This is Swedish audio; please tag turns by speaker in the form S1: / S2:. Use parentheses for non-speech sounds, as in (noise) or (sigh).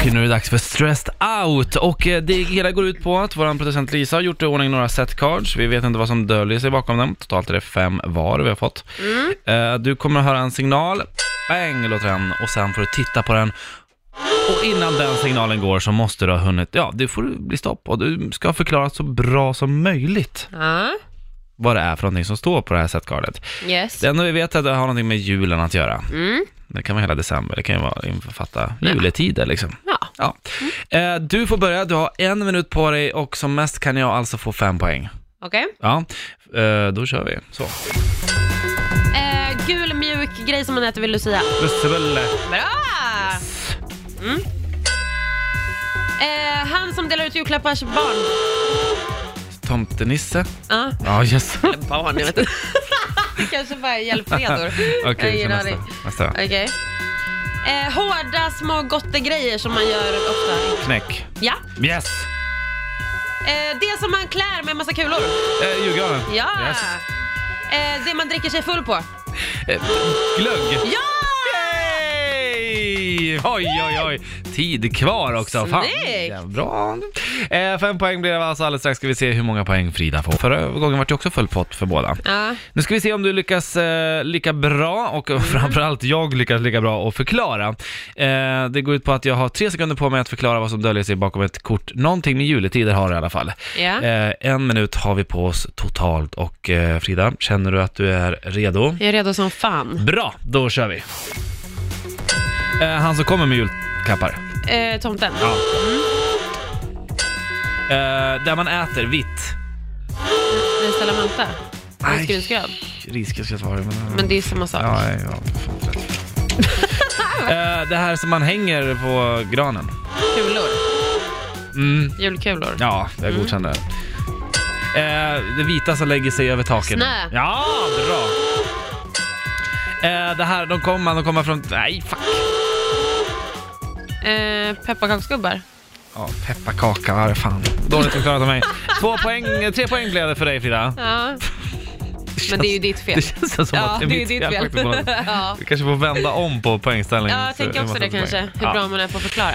S1: Och nu är det dags för Stressed Out och eh, det hela går ut på att vår producent Lisa har gjort i ordning några set cards. Vi vet inte vad som döljer sig bakom dem. Totalt är det fem var vi har fått. Eh, Du kommer att höra en signal, bang låter den och sen får du titta på den. Och innan den signalen går så måste du ha hunnit, ja det får bli stopp och du ska förklara så bra som möjligt
S2: Ja,
S1: vad det är för någonting som står på det här setcardet.
S2: yes.
S1: Det enda vi vet är att det har någonting med julen att göra.
S2: Mm.
S1: Det kan vara hela december, det kan ju vara infatta juletider liksom.
S2: Ja.
S1: Ja. Eh, du får börja, du har en minut på dig och som mest kan jag alltså få fem poäng.
S2: Okej.
S1: Ja, eh, då kör vi. Så.
S2: Eh, gul mjuk grej som man äter vill Lucia.
S1: Lussebölle.
S2: Bra! Mm. Eh, han som delar ut julklappar till barn.
S1: Tomtenisse.
S2: (laughs) Ja.
S1: Ja, yes.
S2: Eller barn, jag vet inte. Det (laughs) Kanske bara är (laughs) hjälpredor.
S1: Okej,
S2: Jag har
S1: vi kör
S2: ingen
S1: nästa.
S2: aning.
S1: nästa.
S2: Okej. Eh, hårda små gottegrejer som man gör ofta.
S1: Knäck.
S2: Ja.
S1: Yes.
S2: Eh, det som man klär med massa kulor.
S1: Eh, Julgranen.
S2: Ja.
S1: Yes.
S2: Eh, det man dricker sig full på.
S1: Eh, glögg.
S2: Ja!
S1: Yay! Oj, oj, oj. Tid kvar också. Fan.
S2: Snyggt.
S1: Ja, bra. Eh, fem poäng blir det alltså. Alldeles strax ska vi se hur många poäng Frida får. Förra gången var det också full pott för båda.
S2: Ja.
S1: Nu ska vi se om du lyckas eh, lika bra och framförallt jag lyckas lika bra och förklara. Eh, det går ut på att jag har tre sekunder på mig att förklara vad som döljer sig bakom ett kort. Någonting med juletider har det i alla fall.
S2: Ja.
S1: Eh, en minut har vi på oss totalt och eh, Frida, känner du att du är redo?
S2: Jag är redo som fan.
S1: Bra, då kör vi. Eh, han som kommer med julklappar.
S2: Eh, tomten.
S1: Ja. Eh, där man äter vitt.
S2: Den ställer manta.
S1: Aj.
S2: En skruvskrubb.
S1: Riskröst var det, men...
S2: Men det är ju samma sak.
S1: Ja, nej,
S2: (laughs)
S1: ja. Eh, det här som man hänger på granen.
S2: Kulor.
S1: Mm,
S2: Julkulor.
S1: ja, jag
S2: Mm.
S1: godkänner det. Eh, det vita som lägger sig över taken.
S2: Snö.
S1: Ja, bra. Eh, det här, de kommer, de kommer från... Nej, fuck.
S2: Eh, pepparkaksgubbar.
S1: Ja, pepparkaka, vad fan. Dåligt förklarat av mig. Två poäng, eh, tre poäng blev det för dig Frida.
S2: Ja. Men det är ju ditt fel.
S1: Det känns som
S2: Ja,
S1: att
S2: det är ju
S1: mitt
S2: ditt
S1: faktiskt på något
S2: fel.
S1: sätt.
S2: (laughs) ja.
S1: Vi kanske får vända om på poängställningen.
S2: ja, jag
S1: för hur
S2: tänker
S1: man
S2: också det
S1: sätter
S2: kanske.
S1: poäng.
S2: Hur bra man är på att förklara.